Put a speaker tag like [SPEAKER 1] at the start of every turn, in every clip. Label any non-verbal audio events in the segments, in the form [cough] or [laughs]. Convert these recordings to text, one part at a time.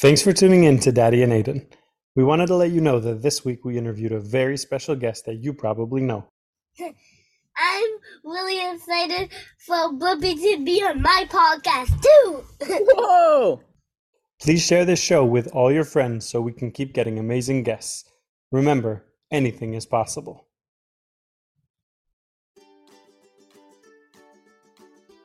[SPEAKER 1] Thanks for tuning in to Daddy and Aiden. We wanted to let you know that this week we interviewed a very special guest that you probably know.
[SPEAKER 2] I'm really excited for Blippi to be on my podcast too. [laughs]
[SPEAKER 3] Whoa!
[SPEAKER 1] Please share this show with all your friends so we can keep getting amazing guests. Remember, anything is possible.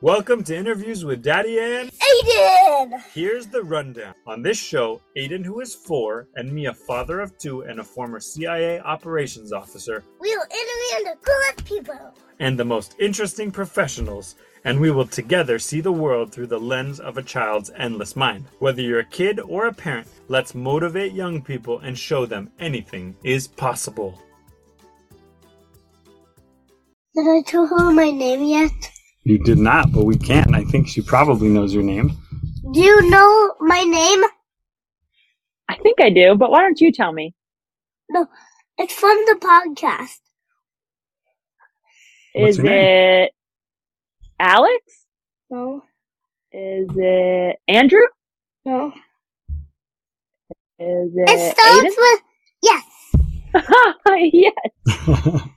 [SPEAKER 1] Welcome to Interviews with Daddy and
[SPEAKER 2] Aiden!
[SPEAKER 1] Here's the rundown. On this show, Aiden, who is four, and me, a father of two and a former CIA operations officer,
[SPEAKER 2] We'll interview the coolest people.
[SPEAKER 1] and the most interesting professionals, and we will together see the world through the lens of a child's endless mind. Whether you're a kid or a parent, let's motivate young people and show them anything is possible.
[SPEAKER 2] Did I tell her my name yet?
[SPEAKER 1] You did not, but we can. I think she probably knows your name.
[SPEAKER 2] Do you know my name?
[SPEAKER 3] I think I do, but why don't you tell me?
[SPEAKER 2] No, it's from the podcast.
[SPEAKER 1] What's
[SPEAKER 3] Is
[SPEAKER 1] her name?
[SPEAKER 3] it Alex?
[SPEAKER 2] No,
[SPEAKER 3] Is it Andrew?
[SPEAKER 2] no.
[SPEAKER 1] Uh,
[SPEAKER 3] Is
[SPEAKER 2] It
[SPEAKER 3] it
[SPEAKER 2] starts with yes.
[SPEAKER 3] Aiden? [laughs] yes.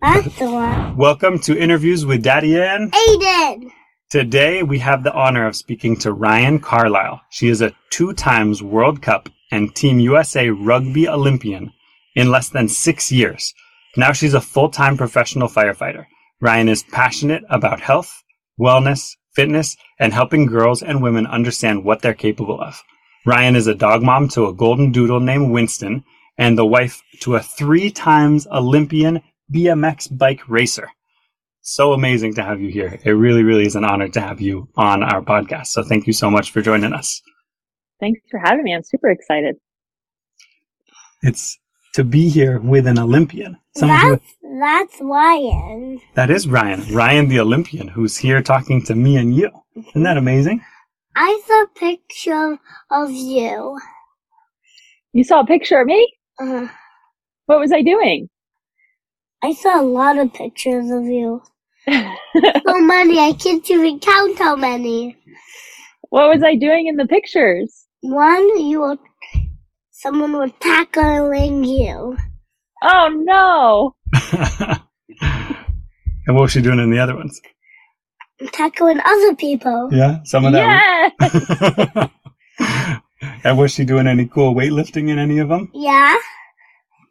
[SPEAKER 2] That's the one.
[SPEAKER 1] Welcome to Interviews with Daddy Ann.
[SPEAKER 2] Aiden.
[SPEAKER 1] Today we have the honor of speaking to Ryan Carlisle. She is a two times World Cup and Team USA rugby Olympian in less than six years. Now she's a full time professional firefighter. Ryan is passionate about health, wellness, fitness, and helping girls and women understand what they're capable of. Ryan is a dog mom to a golden doodle named Winston and the wife to a three times Olympian BMX bike racer so amazing to have you here. It really, really is an honor to have you on our podcast. So thank you so much for joining us.
[SPEAKER 3] Thanks for having me. I'm super excited.
[SPEAKER 1] It's to be here with an Olympian. Someone who,
[SPEAKER 2] That's that's Ryan.
[SPEAKER 1] that is Ryan, Ryan the Olympian, who's here talking to me and you. Isn't that amazing?
[SPEAKER 2] I saw a picture of you.
[SPEAKER 3] You saw a picture of me?
[SPEAKER 2] Uh,
[SPEAKER 3] What was I doing?
[SPEAKER 2] I saw a lot of pictures of you. So many, I can't even count how many.
[SPEAKER 3] what was I doing in the pictures?
[SPEAKER 2] One, you were, someone was tackling you.
[SPEAKER 3] Oh no.
[SPEAKER 1] [laughs] and what was she doing in the other ones?
[SPEAKER 2] Tackling other people.
[SPEAKER 1] Yeah, some of that.
[SPEAKER 3] Yes.
[SPEAKER 1] [laughs] and was she doing any cool weightlifting in any of them?
[SPEAKER 2] Yeah.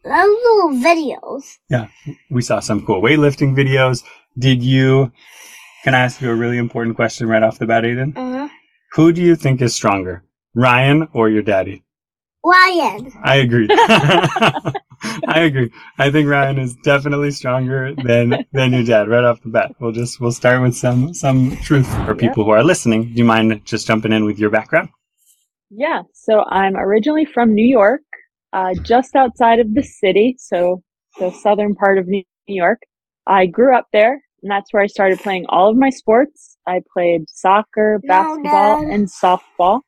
[SPEAKER 2] Those little videos.
[SPEAKER 1] We saw some cool weightlifting videos. Did you? Can I ask you a really important question right off the bat, Aiden?
[SPEAKER 2] Uh-huh.
[SPEAKER 1] Who do you think is stronger, Ryan or your daddy?
[SPEAKER 2] Ryan.
[SPEAKER 1] I agree. [laughs] I agree. I think Ryan is definitely stronger than than your dad right off the bat. We'll just we'll start with some some truth for people who are listening. Do you mind just jumping in with your background? [laughs]
[SPEAKER 3] Yeah, so I'm originally from New York, uh, just outside of the city, so the southern part of New New York. I grew up there, and that's where I started playing all of my sports. I played soccer, basketball,
[SPEAKER 2] Dad.
[SPEAKER 3] and softball.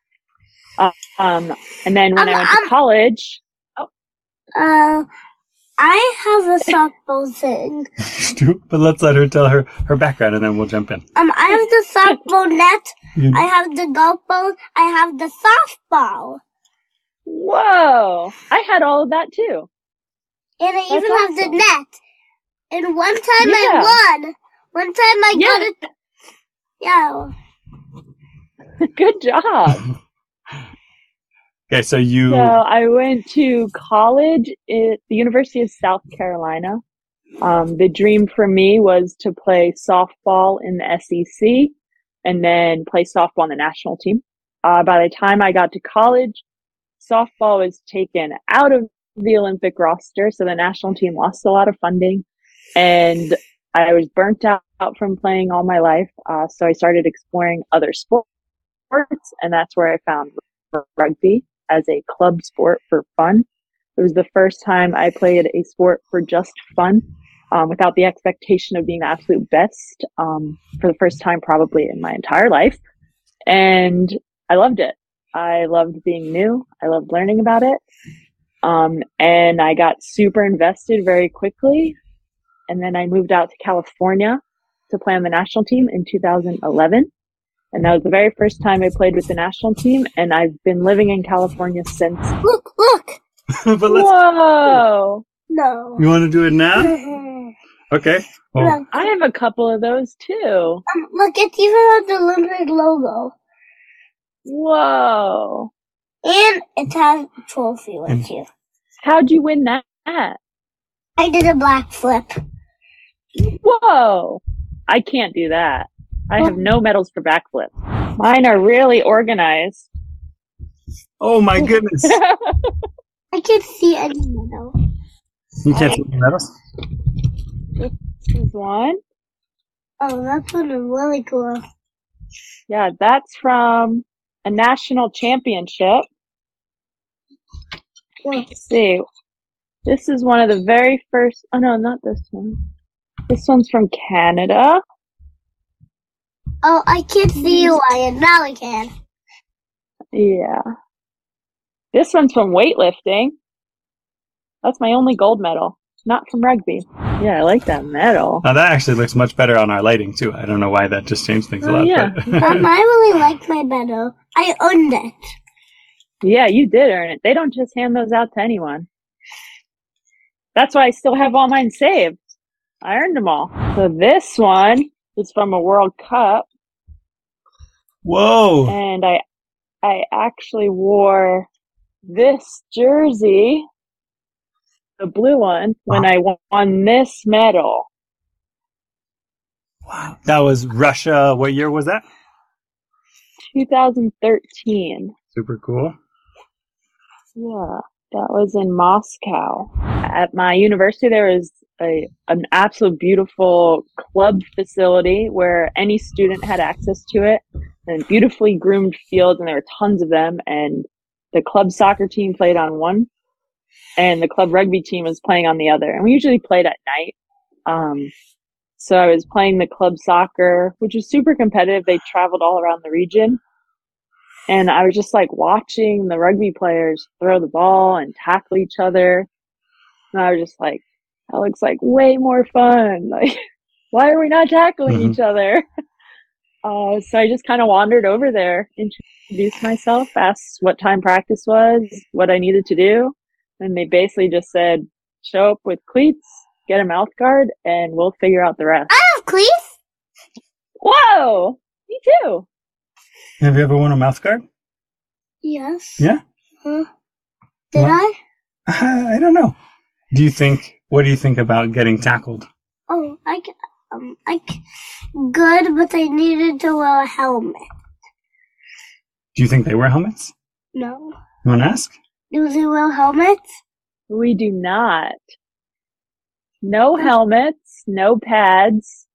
[SPEAKER 3] Uh, um, and then when
[SPEAKER 2] Um,
[SPEAKER 3] I went to
[SPEAKER 2] um,
[SPEAKER 3] college,
[SPEAKER 2] Uh, I have a softball thing.
[SPEAKER 1] Stu, but let's let her tell her her background and then we'll jump in.
[SPEAKER 2] Um, I have the softball net.
[SPEAKER 1] You-
[SPEAKER 2] I have the golf ball. I have the softball.
[SPEAKER 3] whoa, I had all of that too. [laughs]
[SPEAKER 2] And I
[SPEAKER 3] That's
[SPEAKER 2] even have
[SPEAKER 3] awesome.
[SPEAKER 2] the net. And one time
[SPEAKER 3] Yeah.
[SPEAKER 2] I won. One time I got
[SPEAKER 3] Yeah.
[SPEAKER 2] it. Yeah.
[SPEAKER 3] Good job.
[SPEAKER 1] okay, so you
[SPEAKER 3] So I went to college at the University of South Carolina. Um, the dream for me was to play softball in the SEC and then play softball on the national team. Uh, by the time I got to college, softball was taken out of the Olympic roster, so the national team lost a lot of funding, and I was burnt out from playing all my life. Uh, so I started exploring other sports, and that's where I found rugby as a club sport for fun. It was the first time I played a sport for just fun, um, without the expectation of being the absolute best, um, for the first time probably in my entire life. And I loved it. I loved being new. I loved learning about it. Um, and I got super invested very quickly. And then I moved out to California to play on the national team in 2011. And that was the very first time I played with the national team, and I've been living in California since.
[SPEAKER 2] Look, look.
[SPEAKER 1] [laughs] but let's.
[SPEAKER 3] Whoa!
[SPEAKER 2] No.
[SPEAKER 1] You want to do it
[SPEAKER 2] [laughs]
[SPEAKER 1] now?
[SPEAKER 2] look,
[SPEAKER 1] Okay. Well,
[SPEAKER 3] I have a couple of those too.
[SPEAKER 2] um, look, it's even on the Little Big logo.
[SPEAKER 3] Whoa!
[SPEAKER 2] And it has a trophy
[SPEAKER 1] And-
[SPEAKER 2] with you.
[SPEAKER 3] How'd you win that?
[SPEAKER 2] I did a black flip.
[SPEAKER 3] Whoa! I can't do that. I have no medals for backflip. Mine are really organized. [laughs]
[SPEAKER 1] oh my goodness.
[SPEAKER 2] I can't see any medal.
[SPEAKER 1] You can't see the medals?
[SPEAKER 3] This is one.
[SPEAKER 2] Oh, that's one is really cool.
[SPEAKER 3] Yeah, that's from a national championship. Let's see. This is one of the very first. Oh no, not this one. This one's from Canada.
[SPEAKER 2] Oh, I can't see you, Lion. Now I
[SPEAKER 1] [laughs]
[SPEAKER 2] can.
[SPEAKER 3] Yeah. This one's from weightlifting. That's my only gold medal. Not from rugby. Yeah, I like that medal.
[SPEAKER 1] Now that actually looks much better on our lighting too. I don't know why that just changed things a
[SPEAKER 3] Oh,
[SPEAKER 1] lot.
[SPEAKER 3] yeah.
[SPEAKER 1] but- [laughs]
[SPEAKER 2] Um, I really like my medal. I owned it.
[SPEAKER 3] Yeah, you did earn it. They don't just hand those out to anyone. That's why I still have all mine saved. I earned them all. So this one is from a World Cup,
[SPEAKER 1] Whoa.
[SPEAKER 3] and I, I actually wore this jersey, the blue one, when I won this medal.
[SPEAKER 1] Wow. That was Russia. What year was that?
[SPEAKER 3] 2013.
[SPEAKER 1] Super cool.
[SPEAKER 3] Yeah, that was in Moscow. At my university, there is a, an absolute beautiful club facility where any student had access to it, and beautifully groomed fields, and there were tons of them. And the club soccer team played on one, and the club rugby team was playing on the other. And we usually played at night. Um, so I was playing the club soccer, which was super competitive. They traveled all around the region and I was just like watching the rugby players throw the ball and tackle each other. And I was just like, that looks like way more fun. [laughs] Like, why are we not tackling
[SPEAKER 1] Mhm.
[SPEAKER 3] each other? [laughs] Uh, so I just kind of wandered over there, introduced myself, asked what time practice was, what I needed to do. And they basically just said, show up with cleats, get a mouth guard, and we'll figure out the rest.
[SPEAKER 2] I have cleats.
[SPEAKER 3] Whoa! Me too!
[SPEAKER 1] Have you ever worn a mouth guard? [laughs]
[SPEAKER 2] Yes.
[SPEAKER 1] Yeah?
[SPEAKER 2] Huh? Did
[SPEAKER 1] What?
[SPEAKER 2] I?
[SPEAKER 1] I don't know. Do you think? What do you think about getting tackled?
[SPEAKER 2] Oh, I c- um, I c- good, but I needed to wear a helmet.
[SPEAKER 1] Do you think they wear helmets?
[SPEAKER 2] No.
[SPEAKER 1] You want to ask?
[SPEAKER 2] Do they wear helmets?
[SPEAKER 3] We do not. No helmets, no pads.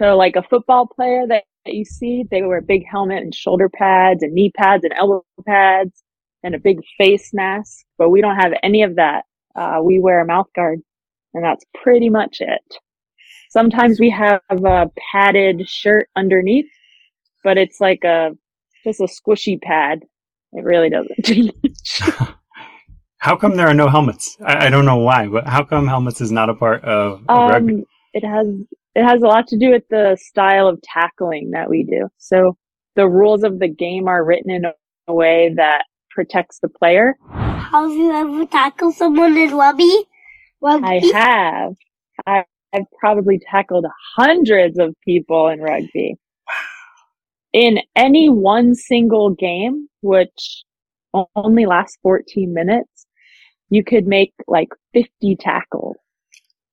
[SPEAKER 3] So, like a football player that, that you see, they wear a big helmet and shoulder pads and knee pads and elbow pads and a big face mask. But we don't have any of that. Uh, we wear a mouth guard, and that's pretty much it. Sometimes we have a padded shirt underneath, but it's like a just a squishy pad. It really doesn't [laughs] change.
[SPEAKER 1] How come there are no helmets? I, I don't know why, but how come helmets is not a part of, of rugby?
[SPEAKER 3] Um, it has it has a lot to do with the style of tackling that we do. So the rules of the game are written in a way that protects the player.
[SPEAKER 2] Have you ever tackled someone in rugby?
[SPEAKER 3] I
[SPEAKER 2] Rugby?
[SPEAKER 3] have I, I've probably tackled hundreds of people in rugby. In any one single game, which o- only lasts 14 minutes, you could make like 50 tackles.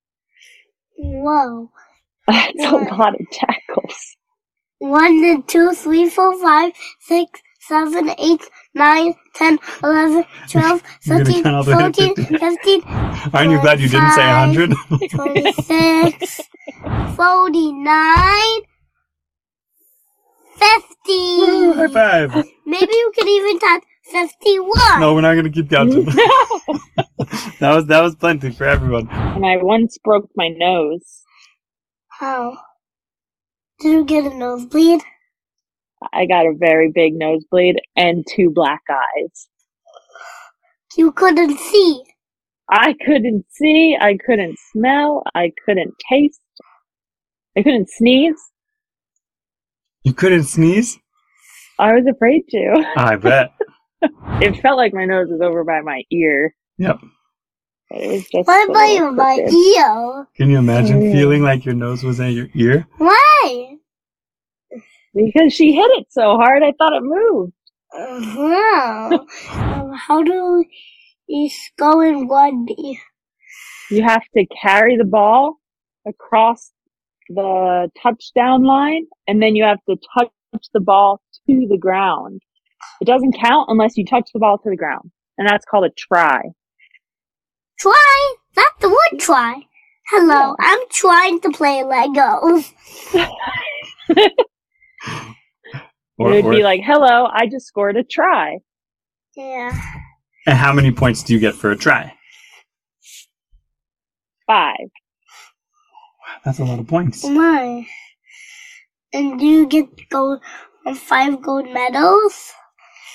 [SPEAKER 3] [laughs]
[SPEAKER 2] Whoa.
[SPEAKER 3] That's a
[SPEAKER 2] Wow.
[SPEAKER 3] lot of tackles.
[SPEAKER 2] One, then two, three, four, five, six, seven, eight, nine, ten, eleven, twelve,
[SPEAKER 1] [laughs] You're gonna
[SPEAKER 2] thirteen,
[SPEAKER 1] count all the way to
[SPEAKER 2] fourteen,
[SPEAKER 1] 50.
[SPEAKER 2] fifteen,
[SPEAKER 1] [laughs] Aren't you glad you didn't say
[SPEAKER 2] five.
[SPEAKER 1] hundred?
[SPEAKER 2] twenty-six, forty-nine,
[SPEAKER 1] [laughs] High
[SPEAKER 2] fifty.
[SPEAKER 1] five!
[SPEAKER 2] Maybe you could even touch fifty-one.
[SPEAKER 1] No, we're not gonna [laughs] keep counting.
[SPEAKER 3] No.
[SPEAKER 1] that was that was plenty for everyone.
[SPEAKER 3] and I once broke my nose.
[SPEAKER 2] How? Did you get a nosebleed?
[SPEAKER 3] I got a very big nosebleed and two black eyes.
[SPEAKER 2] You couldn't see.
[SPEAKER 3] I couldn't see, I couldn't smell, I couldn't taste, I couldn't sneeze.
[SPEAKER 1] You couldn't sneeze?
[SPEAKER 3] I was afraid to.
[SPEAKER 1] I bet.
[SPEAKER 3] It felt like my nose was over by my ear.
[SPEAKER 1] Yep.
[SPEAKER 3] But it was just
[SPEAKER 2] What
[SPEAKER 3] a
[SPEAKER 2] about
[SPEAKER 3] little
[SPEAKER 2] your my
[SPEAKER 3] crooked.
[SPEAKER 2] ear?
[SPEAKER 1] Can you [laughs] imagine
[SPEAKER 3] yeah.
[SPEAKER 1] feeling like your nose was at your ear?
[SPEAKER 2] Why?
[SPEAKER 3] Because she hit it so hard, I thought it moved.
[SPEAKER 2] Uh-huh. um, how do you go in one ear?
[SPEAKER 3] You have to carry the ball across the touchdown line, and then you have to touch the ball to the ground. It doesn't count unless you touch the ball to the ground, and that's called a try.
[SPEAKER 2] Try, not the word try. Hello, I'm trying to play Lego.
[SPEAKER 3] it would be like, "Hello, I just scored a try."
[SPEAKER 2] Yeah.
[SPEAKER 1] and how many points do you get for a try?
[SPEAKER 3] Five.
[SPEAKER 1] That's a lot of points.
[SPEAKER 2] My. And do you get to go on five gold medals?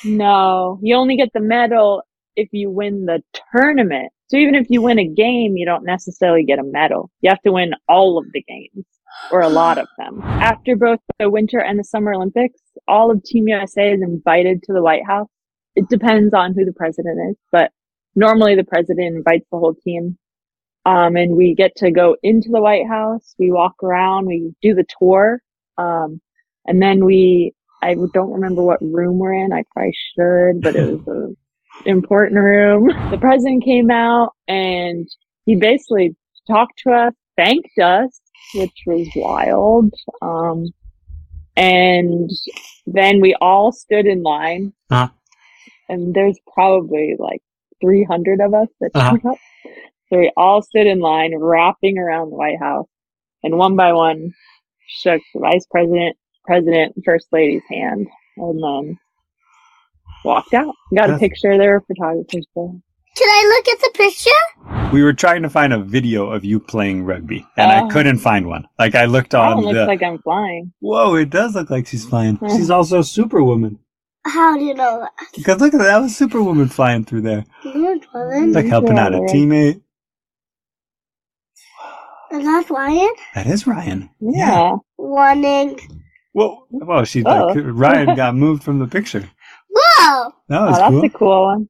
[SPEAKER 3] No, you only get the medal if you win the tournament. So even if you win a game, you don't necessarily get a medal. You have to win all of the games or a lot of them. After both the Winter and the Summer Olympics, all of Team USA is invited to the White House. It depends on who the president is, but normally the president invites the whole team. Um, and we get to go into the White House. We walk around. We do the tour. Um, and then we I don't remember what room we're in. I probably should, but it was an important room. The president came out and he basically talked to us, thanked us, which was wild. Um, and then we all stood in line.
[SPEAKER 1] Uh-huh.
[SPEAKER 3] And there's probably like 300 of us that
[SPEAKER 1] Uh-huh.
[SPEAKER 3] showed up. So we all stood in line, wrapping around the White House. And one by one, shook the vice president, president, first lady's hand, and then walked out. Got a
[SPEAKER 1] That's-
[SPEAKER 3] picture. There were photographers there.
[SPEAKER 2] Can I look at the picture?
[SPEAKER 1] We were trying to find a video of you playing rugby, and
[SPEAKER 3] Oh.
[SPEAKER 1] I couldn't find one. Like I looked
[SPEAKER 3] That
[SPEAKER 1] on
[SPEAKER 3] one Oh, looks
[SPEAKER 1] the.
[SPEAKER 3] like Hmm. I'm flying.
[SPEAKER 1] Whoa! It does look like she's flying.
[SPEAKER 3] Yeah.
[SPEAKER 1] She's also Superwoman.
[SPEAKER 2] How do you know that?
[SPEAKER 1] Because look at that, that was Superwoman flying through there,
[SPEAKER 2] No, it wasn't.
[SPEAKER 1] like helping out a
[SPEAKER 3] Yeah.
[SPEAKER 1] teammate.
[SPEAKER 2] Is that Ryan?
[SPEAKER 1] That is Ryan.
[SPEAKER 3] Yeah.
[SPEAKER 2] Running.
[SPEAKER 1] Whoa! Whoa! She
[SPEAKER 3] Oh.
[SPEAKER 1] like [laughs] Ryan got moved from the picture.
[SPEAKER 2] Whoa!
[SPEAKER 1] That
[SPEAKER 3] Oh,
[SPEAKER 1] was
[SPEAKER 3] that's
[SPEAKER 1] cool.
[SPEAKER 3] a cool one.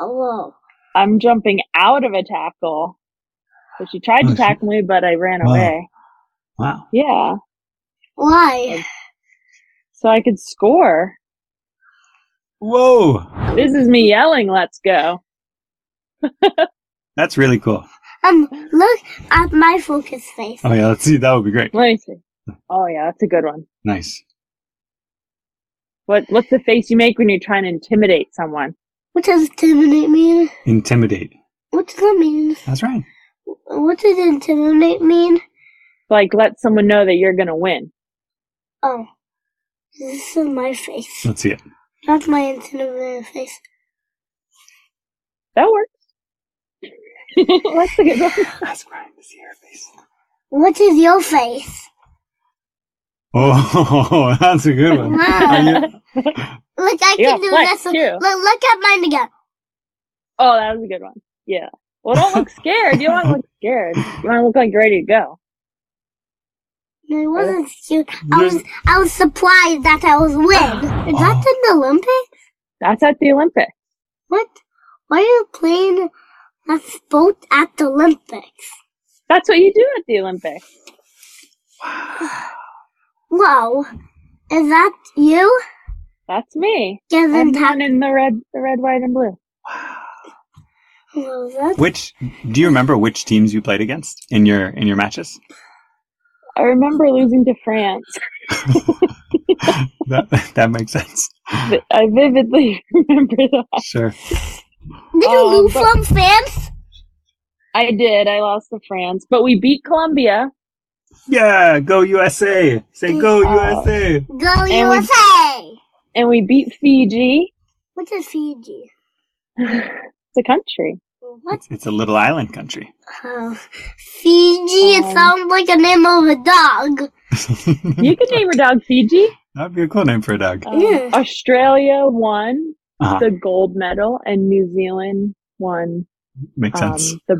[SPEAKER 2] Oh, whoa.
[SPEAKER 3] I'm jumping out of a tackle. So she tried
[SPEAKER 1] Oh,
[SPEAKER 3] to
[SPEAKER 1] she-
[SPEAKER 3] tackle me, but I ran
[SPEAKER 1] Wow.
[SPEAKER 3] away.
[SPEAKER 1] wow.
[SPEAKER 3] Yeah.
[SPEAKER 2] Why?
[SPEAKER 3] So I could score.
[SPEAKER 1] Whoa!
[SPEAKER 3] This is me yelling, let's go.
[SPEAKER 1] That's really cool.
[SPEAKER 2] Um, look at my focus face.
[SPEAKER 1] Oh yeah, let's see. That would be great.
[SPEAKER 3] Let me see. Oh, yeah, that's a good one.
[SPEAKER 1] Nice.
[SPEAKER 3] What, what's the face you make when you're trying to intimidate someone?
[SPEAKER 2] What does intimidate mean?
[SPEAKER 1] Intimidate.
[SPEAKER 2] What does that mean?
[SPEAKER 1] That's right.
[SPEAKER 2] What does intimidate mean?
[SPEAKER 3] Like, let someone know that you're going to win.
[SPEAKER 2] Oh, this is my face.
[SPEAKER 1] Let's see it.
[SPEAKER 2] That's my intimidate face.
[SPEAKER 3] That works. [laughs] That's a good one.
[SPEAKER 1] That's Ryan. See her face.
[SPEAKER 2] What is your face?
[SPEAKER 1] Oh, [laughs] that's a good
[SPEAKER 3] [laughs]
[SPEAKER 1] one. Are you-
[SPEAKER 2] Look, I
[SPEAKER 3] Yeah,
[SPEAKER 2] can do
[SPEAKER 3] flex,
[SPEAKER 2] this. one.
[SPEAKER 3] too.
[SPEAKER 2] Look, look at mine again.
[SPEAKER 3] Oh, that was a good one. Yeah. Well, don't look scared. You don't want to look scared. You want to look like you're ready to go.
[SPEAKER 2] No, it wasn't cute. I
[SPEAKER 1] There's-
[SPEAKER 2] was, I was surprised that I was
[SPEAKER 1] [gasps]
[SPEAKER 2] win. Is that in the Olympics?
[SPEAKER 3] That's at the Olympics.
[SPEAKER 2] What? Why are you playing that sport at the Olympics?
[SPEAKER 3] That's what you do at the Olympics.
[SPEAKER 2] Whoa, is that you?
[SPEAKER 3] That's me. I'm
[SPEAKER 2] Given
[SPEAKER 3] the
[SPEAKER 2] that,
[SPEAKER 3] one in the red, the red, white, and blue.
[SPEAKER 2] Whoa, that's
[SPEAKER 1] Which do you remember which teams you played against in your in your matches?
[SPEAKER 3] I remember losing to France.
[SPEAKER 1] That [laughs] that makes sense.
[SPEAKER 3] Vi- I vividly [laughs] remember that.
[SPEAKER 1] Sure.
[SPEAKER 2] Did you
[SPEAKER 3] Um,
[SPEAKER 2] move
[SPEAKER 3] but-
[SPEAKER 2] from France?
[SPEAKER 3] I did. I lost to France, but we beat Colombia.
[SPEAKER 1] Yeah, go USA. Say go
[SPEAKER 3] Oh.
[SPEAKER 1] USA.
[SPEAKER 2] Go
[SPEAKER 3] we-
[SPEAKER 2] USA!
[SPEAKER 3] and we beat Fiji. [sighs]
[SPEAKER 2] What is Fiji?
[SPEAKER 3] it's a country.
[SPEAKER 2] What?
[SPEAKER 1] It's, it's a little island [laughs] country.
[SPEAKER 2] Oh, Fiji, it
[SPEAKER 3] Um,
[SPEAKER 2] sounds like the name of a dog.
[SPEAKER 3] You can name your dog Fiji.
[SPEAKER 1] That'd be a cool name for a dog.
[SPEAKER 3] Um,
[SPEAKER 2] Yeah.
[SPEAKER 3] Australia won
[SPEAKER 1] Uh-huh.
[SPEAKER 3] the gold medal, and New Zealand won
[SPEAKER 1] Makes
[SPEAKER 3] um,
[SPEAKER 1] sense.
[SPEAKER 3] the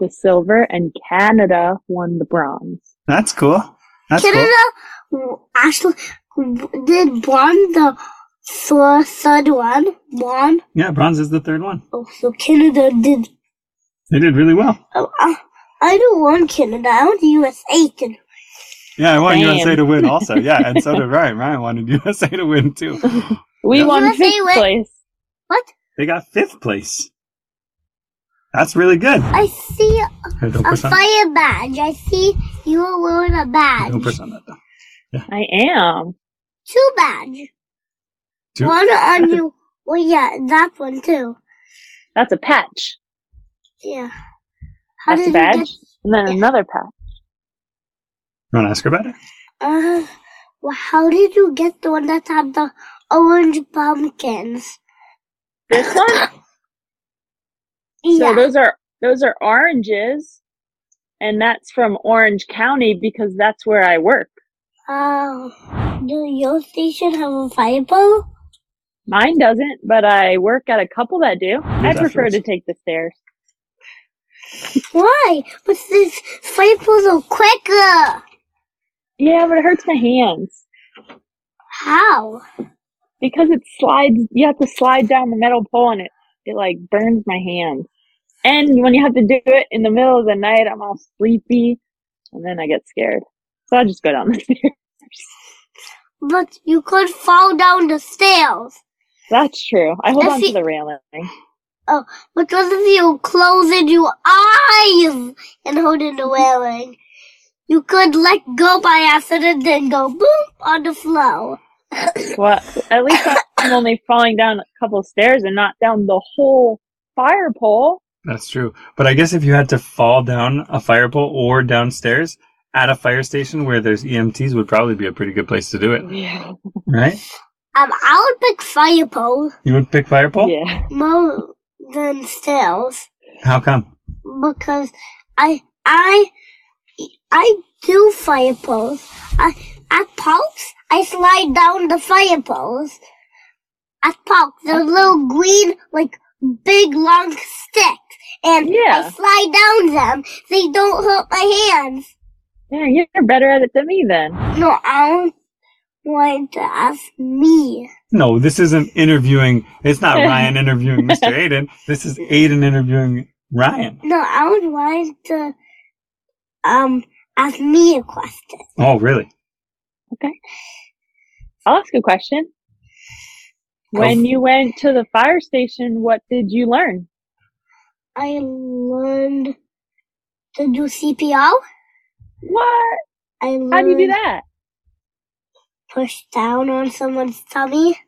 [SPEAKER 3] the silver, and Canada won the bronze.
[SPEAKER 1] That's cool. That's
[SPEAKER 2] Canada, w- actually, Did Bron the th- third one? Bron?
[SPEAKER 1] Yeah, bronze is the third one.
[SPEAKER 2] Oh, so Canada did.
[SPEAKER 1] They did really well.
[SPEAKER 2] Oh, I, I don't want Canada. I want the USA to.
[SPEAKER 1] Yeah, I want
[SPEAKER 3] Same.
[SPEAKER 1] USA to win
[SPEAKER 3] [laughs]
[SPEAKER 1] also. Yeah, and so did Ryan. Ryan wanted USA to win too.
[SPEAKER 3] We
[SPEAKER 1] Yeah.
[SPEAKER 3] won
[SPEAKER 2] USA
[SPEAKER 3] fifth
[SPEAKER 2] went-
[SPEAKER 3] place.
[SPEAKER 1] They got fifth place. That's really good.
[SPEAKER 2] I see
[SPEAKER 1] Here, don't
[SPEAKER 2] a
[SPEAKER 1] push on.
[SPEAKER 2] fire badge. I see you are wearing a
[SPEAKER 1] Don't
[SPEAKER 2] badge.
[SPEAKER 1] push on that though.
[SPEAKER 3] I am.
[SPEAKER 2] Two badge.
[SPEAKER 1] Two-
[SPEAKER 2] One on you. Well, yeah, that one too.
[SPEAKER 3] That's a patch.
[SPEAKER 2] Yeah. How
[SPEAKER 3] That's
[SPEAKER 2] did
[SPEAKER 3] a badge.
[SPEAKER 2] you get?
[SPEAKER 3] And then another patch.
[SPEAKER 1] You want to ask her about it?
[SPEAKER 2] Uh, well, how did you get the one that had the orange pumpkins?
[SPEAKER 3] This one?
[SPEAKER 2] Yeah.
[SPEAKER 3] So those are those are oranges. And that's from Orange County because that's where I work.
[SPEAKER 2] Oh, do your station have a fireball?
[SPEAKER 3] Mine doesn't, but I work at a couple that do. I prefer
[SPEAKER 1] afterwards.
[SPEAKER 3] to take the stairs.
[SPEAKER 2] Why? But this fireballs are quicker.
[SPEAKER 3] Yeah, but it hurts my hands
[SPEAKER 2] How?
[SPEAKER 3] because it slides. You have to slide down the metal pole, and it it like burns my hands. And when you have to do it in the middle of the night, I'm all sleepy, and then I get scared. So I just go down the [laughs] stairs.
[SPEAKER 2] But you could fall down the stairs.
[SPEAKER 3] That's true. I hold
[SPEAKER 2] I
[SPEAKER 3] on
[SPEAKER 2] see-
[SPEAKER 3] to the railing.
[SPEAKER 2] Because if you closed your eyes and holding the railing, you could let go by accident and go boom on the floor.
[SPEAKER 3] Well, at least I'm only falling down a couple stairs and not down the whole fire pole.
[SPEAKER 1] That's true. But I guess if you had to fall down a fire pole or downstairs at a fire station where there's EMTs would probably be a pretty good place to do it,
[SPEAKER 3] Yeah.
[SPEAKER 1] right?
[SPEAKER 2] Um, I would pick fireball
[SPEAKER 1] You would pick fire pole?
[SPEAKER 3] Yeah.
[SPEAKER 2] more than stairs.
[SPEAKER 1] How come?
[SPEAKER 2] because I I I do fire poles. I at parks I slide down the fire poles. At parks, the little green like big long sticks, and I
[SPEAKER 3] Yeah.
[SPEAKER 2] slide down them. They don't hurt my hands.
[SPEAKER 3] Yeah, you're better at it than me then.
[SPEAKER 2] No, I don't want to ask me.
[SPEAKER 1] No, this isn't interviewing. It's
[SPEAKER 3] [laughs]
[SPEAKER 1] not Ryan interviewing Mr. Aiden. This is Aiden interviewing Ryan.
[SPEAKER 2] No, I would want to um ask me a question.
[SPEAKER 1] Oh, really?
[SPEAKER 3] I'll ask a question.
[SPEAKER 1] Go
[SPEAKER 3] When
[SPEAKER 1] f-
[SPEAKER 3] you went to the fire station, what did you learn?
[SPEAKER 2] I learned to do CPR.
[SPEAKER 3] What?
[SPEAKER 2] I learned
[SPEAKER 3] How do you do that?
[SPEAKER 2] push down on someone's tummy.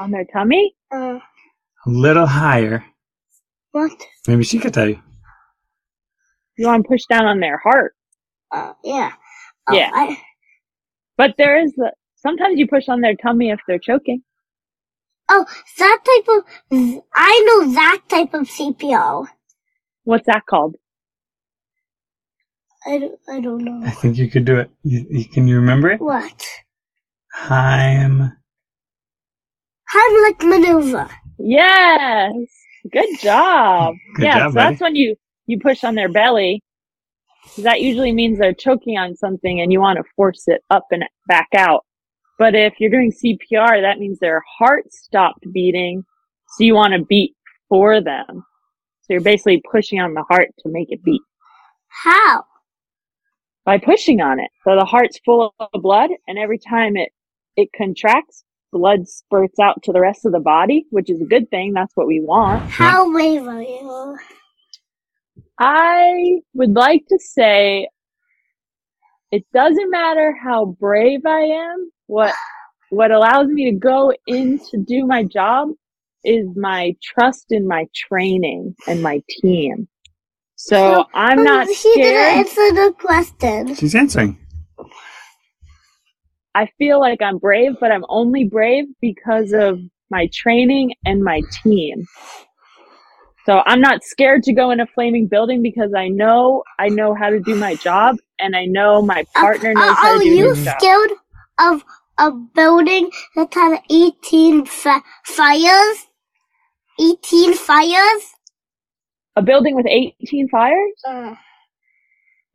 [SPEAKER 3] On their tummy?
[SPEAKER 2] Uh,
[SPEAKER 1] A little higher.
[SPEAKER 2] what?
[SPEAKER 1] Maybe she could tell you.
[SPEAKER 3] You want to push down on their heart.
[SPEAKER 2] Uh, yeah. Uh,
[SPEAKER 3] Yeah.
[SPEAKER 2] I,
[SPEAKER 3] But there is the, sometimes you push on their tummy if they're choking.
[SPEAKER 2] oh, that type of, I know that type of CPR.
[SPEAKER 3] What's that called?
[SPEAKER 2] I don't, I don't know.
[SPEAKER 3] [laughs]
[SPEAKER 1] I think you could do it. You, you, can you remember it?
[SPEAKER 2] What?
[SPEAKER 1] Heim.
[SPEAKER 2] Heimlich maneuver.
[SPEAKER 3] Yes. Good job.
[SPEAKER 1] Good
[SPEAKER 3] yeah,
[SPEAKER 1] job, buddy.
[SPEAKER 3] so that's when you, you push on their belly. 'Cause That usually means they're choking on something and you want to force it up and back out. But if you're doing CPR, that means their heart stopped beating. So you want to beat for them. So you're basically pushing on the heart to make it beat
[SPEAKER 2] How?
[SPEAKER 3] by pushing on it. So the heart's full of blood and every time it, it contracts, blood spurts out to the rest of the body, which is a good thing. That's what we want.
[SPEAKER 2] How brave are you?
[SPEAKER 3] I would like to say it doesn't matter how brave I am. What what allows me to go in to do my job is my trust in my training and my team. So I'm not
[SPEAKER 2] He didn't
[SPEAKER 3] scared.
[SPEAKER 2] answer the question.
[SPEAKER 1] She's answering.
[SPEAKER 3] I feel like I'm brave, but I'm only brave because of my training and my team. So I'm not scared to go in a flaming building because I know I know how to do my job and I know my partner knows
[SPEAKER 2] Are,
[SPEAKER 3] how
[SPEAKER 2] Uh, are
[SPEAKER 3] to do
[SPEAKER 2] Oh, you
[SPEAKER 3] his job.
[SPEAKER 2] scared of a building that had 18 fa- fires? 18 fires?
[SPEAKER 3] A building with 18 fires?
[SPEAKER 2] Uh,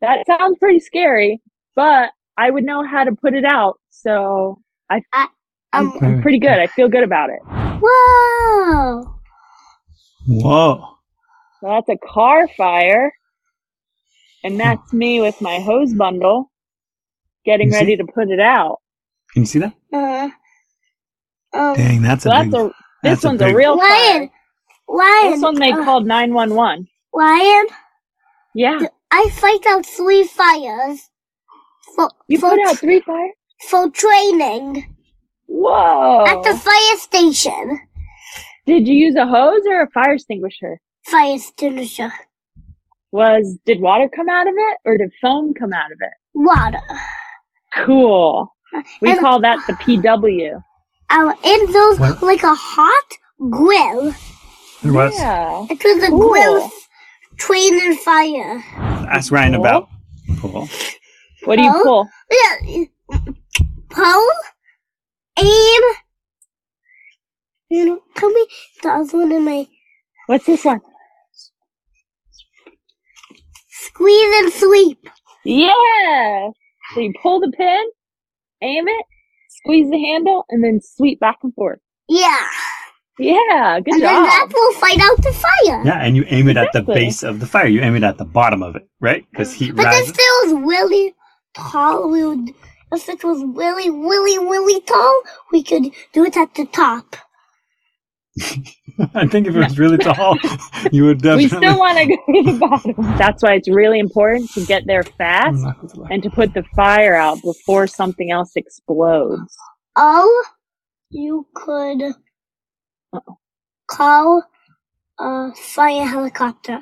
[SPEAKER 3] That sounds pretty scary, but I would know how to put it out. So I-
[SPEAKER 2] um,
[SPEAKER 1] Okay.
[SPEAKER 3] I'm pretty good. I feel good about it.
[SPEAKER 2] whoa.
[SPEAKER 1] Whoa.
[SPEAKER 3] So that's a car fire. And that's me with my hose bundle getting
[SPEAKER 1] You see?
[SPEAKER 3] ready to put it out.
[SPEAKER 1] Can you see that?
[SPEAKER 2] Uh, um,
[SPEAKER 1] Dang, that's
[SPEAKER 3] So
[SPEAKER 1] a
[SPEAKER 3] that's
[SPEAKER 1] big.
[SPEAKER 3] a
[SPEAKER 1] that's
[SPEAKER 3] this
[SPEAKER 1] a
[SPEAKER 3] one's
[SPEAKER 1] big-
[SPEAKER 3] a real
[SPEAKER 2] Lion.
[SPEAKER 3] fire.
[SPEAKER 2] Lion.
[SPEAKER 3] This one they
[SPEAKER 2] uh,
[SPEAKER 3] called 911.
[SPEAKER 2] Lion.
[SPEAKER 3] Yeah.
[SPEAKER 2] I fight out three fires. For,
[SPEAKER 3] You
[SPEAKER 2] for,
[SPEAKER 3] put out three fires?
[SPEAKER 2] for training at
[SPEAKER 3] Whoa.
[SPEAKER 2] the fire station.
[SPEAKER 3] Did you use a hose or a fire extinguisher?
[SPEAKER 2] Fire extinguisher.
[SPEAKER 3] Was did water come out of it or did foam come out of it?
[SPEAKER 2] Water.
[SPEAKER 3] Cool. We
[SPEAKER 2] And-
[SPEAKER 3] call that the PW.
[SPEAKER 2] Our in those
[SPEAKER 1] What?
[SPEAKER 2] like a hot grill.
[SPEAKER 1] There was.
[SPEAKER 3] Yeah.
[SPEAKER 2] It was a
[SPEAKER 3] Cool.
[SPEAKER 2] grill training fire.
[SPEAKER 1] Ask Ryan
[SPEAKER 3] Cool.
[SPEAKER 1] about. Cool.
[SPEAKER 3] What do you
[SPEAKER 2] Oh.
[SPEAKER 3] pull?
[SPEAKER 2] Yeah. Pull, aim. You know, tell me the other one in my
[SPEAKER 3] What's this one?
[SPEAKER 2] squeeze and sweep.
[SPEAKER 3] Yeah. So you pull the pin, aim it, squeeze the handle, and then sweep back and forth.
[SPEAKER 2] Yeah.
[SPEAKER 3] Yeah, good
[SPEAKER 2] and then that
[SPEAKER 3] job.
[SPEAKER 2] will fight out the fire.
[SPEAKER 1] Yeah, and you aim it at the
[SPEAKER 3] Exactly.
[SPEAKER 1] base of the fire. You aim it at the bottom of it, right? Because heat
[SPEAKER 2] But if
[SPEAKER 1] rises.
[SPEAKER 2] it was really tall, we would. If it was really, really, really tall, we could do it at the top.
[SPEAKER 1] [laughs] I think if it was really
[SPEAKER 3] [laughs]
[SPEAKER 1] tall, you would definitely.
[SPEAKER 3] We still want to go to the bottom. That's why it's really important to get there fast
[SPEAKER 1] Mm. [laughs]
[SPEAKER 3] and to put the fire out before something else explodes.
[SPEAKER 2] Oh, you could call a fire helicopter.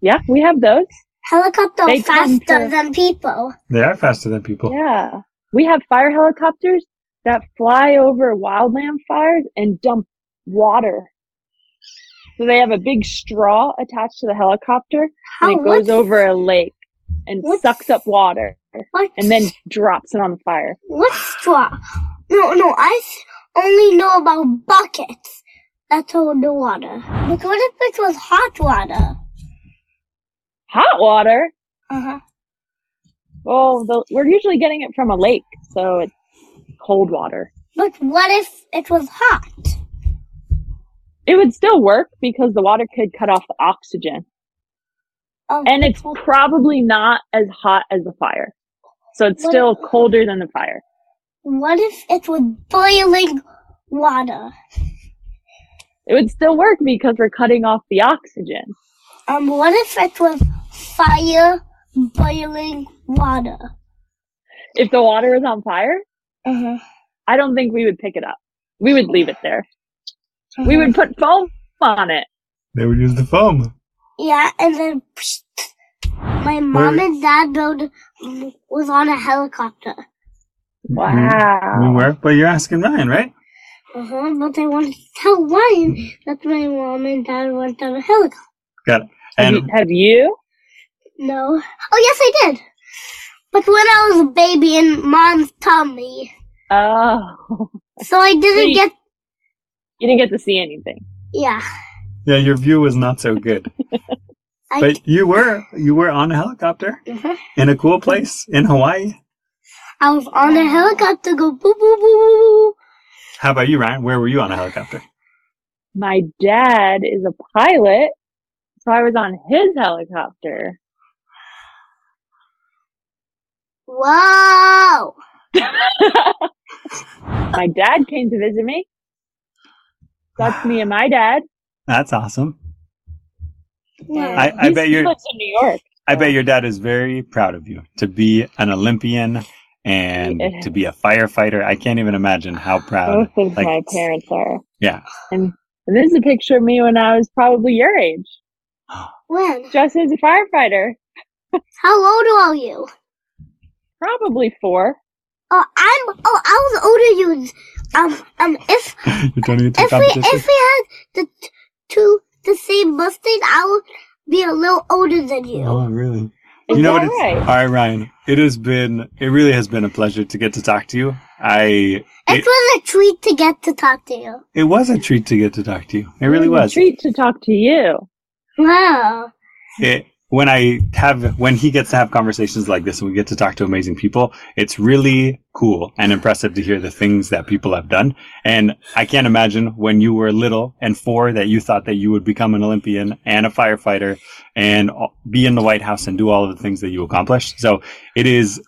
[SPEAKER 3] Yeah, we have those.
[SPEAKER 2] Helicopter
[SPEAKER 3] They come
[SPEAKER 2] faster
[SPEAKER 3] to-
[SPEAKER 2] than people.
[SPEAKER 1] They are faster than people.
[SPEAKER 3] Yeah. We have fire helicopters that fly over wildland fires and dump water. So they have a big straw attached to the helicopter and
[SPEAKER 2] How-
[SPEAKER 3] it goes
[SPEAKER 2] what's-
[SPEAKER 3] over a lake and
[SPEAKER 2] What's-
[SPEAKER 3] sucks up water
[SPEAKER 2] What?
[SPEAKER 3] and then drops it on the fire.
[SPEAKER 2] what straw? No, no. I s- only know about buckets that hold the water. But what if it was hot water?
[SPEAKER 3] Hot water?
[SPEAKER 2] Uh huh.
[SPEAKER 3] Well, the, we're usually getting it from a lake, so it's cold water.
[SPEAKER 2] But what if it was hot?
[SPEAKER 3] It would still work because the water could cut off the oxygen.
[SPEAKER 2] Oh,
[SPEAKER 3] And it's
[SPEAKER 2] okay.
[SPEAKER 3] probably not as hot as the fire. So it's
[SPEAKER 2] What-
[SPEAKER 3] still colder than the fire.
[SPEAKER 2] What if it was boiling water?
[SPEAKER 3] It would still work because we're cutting off the oxygen.
[SPEAKER 2] Um, what if it was fire boiling water?
[SPEAKER 3] If the water was on fire,
[SPEAKER 2] Uh-huh.
[SPEAKER 3] I don't think we would pick it up. We would leave it there. We would put foam on it.
[SPEAKER 1] They would use the foam.
[SPEAKER 2] Yeah, and then psh, my mom
[SPEAKER 1] Where-
[SPEAKER 2] and dad build was on a helicopter.
[SPEAKER 1] We
[SPEAKER 3] Wow.
[SPEAKER 1] were, but you're asking Ryan, right?
[SPEAKER 2] Uh-huh, but I wanted to tell Ryan that my mom and dad went on a helicopter.
[SPEAKER 1] Got it.
[SPEAKER 3] Have you-
[SPEAKER 1] And
[SPEAKER 3] have you?
[SPEAKER 2] No. Oh, yes, I did. But when I was a baby in mom's tummy,
[SPEAKER 3] Oh, [laughs]
[SPEAKER 2] so I didn't
[SPEAKER 3] Wait.
[SPEAKER 2] get.
[SPEAKER 3] you didn't get to see anything.
[SPEAKER 2] Yeah,
[SPEAKER 1] yeah, your view was not so good.
[SPEAKER 2] I.
[SPEAKER 1] But you were you were on a helicopter
[SPEAKER 2] Mhm.
[SPEAKER 1] in a cool place in Hawaii.
[SPEAKER 2] I was on a helicopter go boo boo boo boo.
[SPEAKER 1] How about you, Ryan? Where were you on a helicopter?
[SPEAKER 3] My dad is a pilot, so I was on his helicopter.
[SPEAKER 2] boo. Whoa!
[SPEAKER 3] My dad came to visit me. That's me and my dad.
[SPEAKER 1] That's awesome.
[SPEAKER 2] Yeah.
[SPEAKER 1] I, I
[SPEAKER 3] He's
[SPEAKER 1] bet your
[SPEAKER 3] still in New York.
[SPEAKER 1] I bet your dad is very proud of you to be an Olympian and
[SPEAKER 3] Yeah.
[SPEAKER 1] to be a firefighter. I can't even imagine how proud.
[SPEAKER 3] Both of
[SPEAKER 1] Uh, like-
[SPEAKER 3] my parents are.
[SPEAKER 1] Yeah.
[SPEAKER 3] And, and this is a picture of me when I was probably your age,
[SPEAKER 2] when?
[SPEAKER 3] just as a firefighter,
[SPEAKER 2] How old are you?
[SPEAKER 3] probably four.
[SPEAKER 2] Oh, I'm. Oh, I was older than you. Um, um, if
[SPEAKER 1] [laughs] You're turning into a
[SPEAKER 2] if we
[SPEAKER 1] competition.
[SPEAKER 2] if we had the t- two the same Mustang, I would be a little older than you.
[SPEAKER 1] Oh, really?
[SPEAKER 3] Is
[SPEAKER 1] you know
[SPEAKER 3] that
[SPEAKER 1] what? It's,
[SPEAKER 3] right?
[SPEAKER 1] All right, Ryan. It has been. It really has been a pleasure to get to talk to you. I.
[SPEAKER 2] It
[SPEAKER 1] It,
[SPEAKER 2] was a treat to get to talk to you.
[SPEAKER 1] it was a treat to get to talk to you. It really
[SPEAKER 3] It was a
[SPEAKER 1] was.
[SPEAKER 3] treat to talk to you.
[SPEAKER 2] Wow.
[SPEAKER 1] It when I have when he gets to have conversations like this and we get to talk to amazing people, it's really cool and impressive to hear the things that people have done. And I can't imagine when you were little and four that you thought that you would become an Olympian and a firefighter and be in the White House and do all of the things that you accomplished. So it is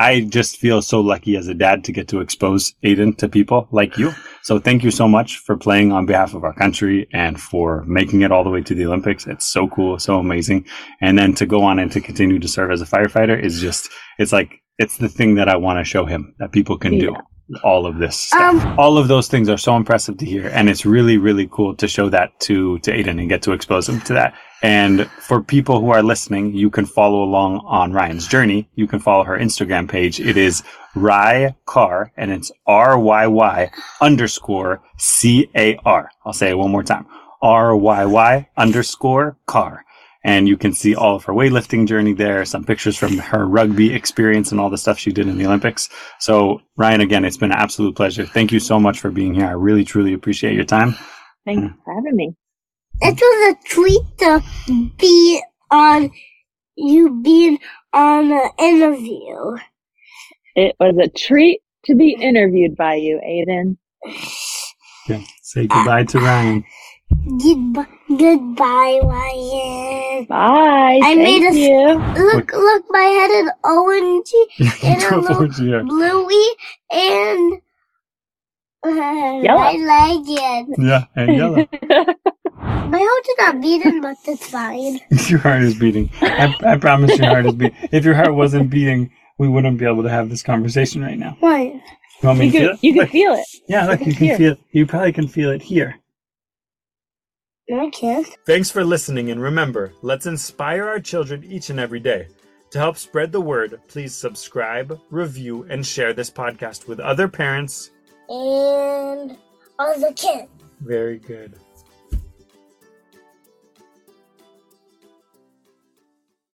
[SPEAKER 1] I just feel so lucky as a dad to get to expose Aiden to people like you. So thank you so much for playing on behalf of our country and for making it all the way to the Olympics. It's so cool, so amazing. And then to go on and to continue to serve as a firefighter is just, it's like, it's the thing that I want to show him that people can do yeah. all of this stuff. Um, all of those things are so impressive to hear. And it's really, really cool to show that to, to Aiden and get to expose him to that. And for people who are listening, you can follow along on Ryan's journey. You can follow her Instagram page. It is Rye Car and it's R Y Y underscore C A R. I'll say it one more time. R Y Y underscore car. And you can see all of her weightlifting journey there, some pictures from her rugby experience and all the stuff she did in the Olympics. So Ryan, again, it's been an absolute pleasure. Thank you so much for being here. I really, truly appreciate your time. Hmm.
[SPEAKER 3] Thanks for having me
[SPEAKER 2] it was a treat to be on you being on an interview.
[SPEAKER 3] It was a treat to be interviewed by you, Aiden.
[SPEAKER 1] Okay. Say goodbye to
[SPEAKER 3] [laughs]
[SPEAKER 1] Ryan. [laughs]
[SPEAKER 2] Goodbye, goodbye, Ryan.
[SPEAKER 3] Bye. I made a you.
[SPEAKER 2] look. Look, my head is orangey and a little bluey and uh, yellow. I like it.
[SPEAKER 1] Yeah, and
[SPEAKER 3] [laughs]
[SPEAKER 1] yellow. [laughs]
[SPEAKER 2] My heart is not beating, but it's fine.
[SPEAKER 1] your heart is beating. I, I promise your heart is beating. If your heart wasn't beating, we wouldn't be able to have this conversation right now.
[SPEAKER 2] What? You
[SPEAKER 1] want me
[SPEAKER 3] you
[SPEAKER 1] to
[SPEAKER 3] can,
[SPEAKER 1] feel it?
[SPEAKER 3] You
[SPEAKER 1] [laughs]
[SPEAKER 3] can
[SPEAKER 1] look,
[SPEAKER 3] feel it.
[SPEAKER 1] Yeah, look, you can here. feel it. You probably can feel it here.
[SPEAKER 2] I can't.
[SPEAKER 1] Thanks for listening, and remember, let's inspire our children each and every day. To help spread the word, please subscribe, review, and share this podcast with other parents
[SPEAKER 2] and other kids.
[SPEAKER 1] Very good.